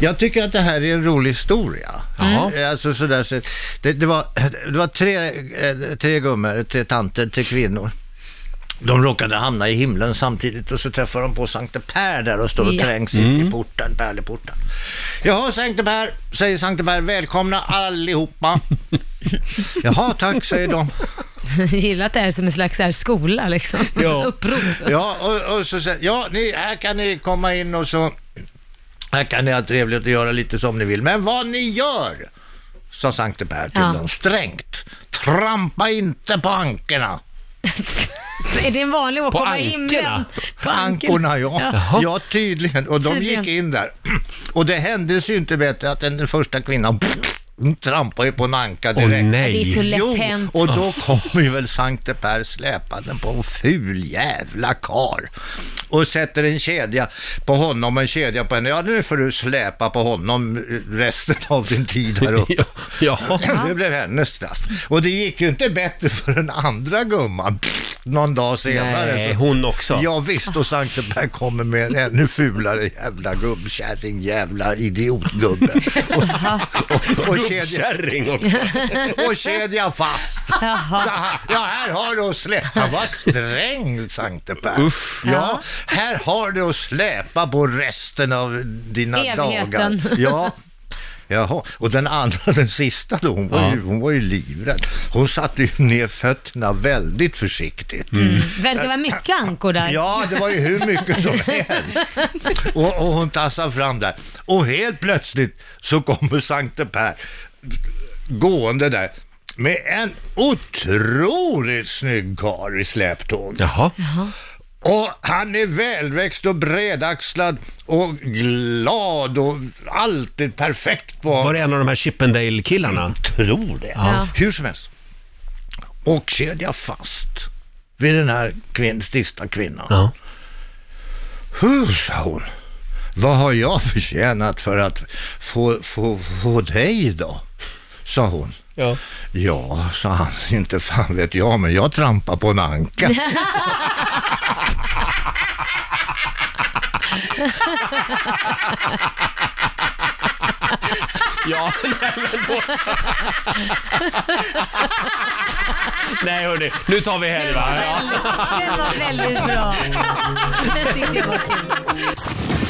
Jag tycker att det här är en rolig historia. Jaha. Eh, Alltså sådär, så det, det var, det var tre, eh, tre gummor, tre tanter, tre kvinnor. De råkade hamna i himlen samtidigt och så träffade de på Sankte Per där och står och Ja. trängs in i porten, pärleporten. Jaha, Sankte Per, säger Sankte Per, välkomna allihopa. Jaha, tack, säger de. Gillar att det är som en slags så här skola liksom. Ja. Upprop. Ja, och, och så säger ja, ni, här kan ni komma in och så här kan ni ha trevligt och göra lite som ni vill. Men vad ni gör, sa Sankte Per till Ja. dem strängt, trampa inte på ankorna. Är det en vanlig åkomma i ankorna? himlen? På ankorna? Ankorna, ja. Ja. ja. tydligen. Och de Tydligen. gick in där. Och det hände ju inte bättre att den första kvinnan trampade ju på en anka Mm. Åh direkt. Det är så nej. lätt Jo, hänt. och då kommer ju väl Sankte Per släpande på en ful jävla kar och sätter en kedja på honom och en kedja på henne. Ja, nu får du släpa på honom eh, resten av din tid här uppe. Ja, ja. Det blev hennes straff. Och det gick ju inte bättre för den andra gumman någon dag senare. Nej, Så- hon också. Ja, visst och Sankte Per kommer med en ännu fulare jävla gubbkärring, jävla idiotgubbe. Och, och, och, kedja, Gubbkärring också. och kedja fast. Så Jaha. här, ja, här har du att släpa. Han var sträng, Sankte Per. Uff. Ja, här har du att släpa på resten av dina Evigheten. dagar. Ja. Jaha, och den andra, den sista då, hon var, Ja. ju, hon var ju livrädd. Hon satte ju ner fötterna väldigt försiktigt. Mm. Verkar vara mycket ankor där. Ja, det var ju hur mycket som helst. Och, och hon tassar fram där. Och helt plötsligt så kommer Sankte Per gående där med en otroligt snygg karl i släptåg. Jaha. Och han är välväxt och bredaxlad och glad och alltid perfekt på Var det en av de här Chippendale-killarna? tror det. Ja. Hur som helst. Och kedja fast vid den här kvinn, sista kvinnan. Ja. Huh, sa hon. Vad har jag förtjänat för att få, få, få dig då? Sa hon. Ja. Ja, sa han. Inte fan vet jag, men jag trampar på en anka. Ja, nej men då... Nej hörni, nu tar vi helg va? Ja. Den var väldigt bra. Den tyckte jag var kul.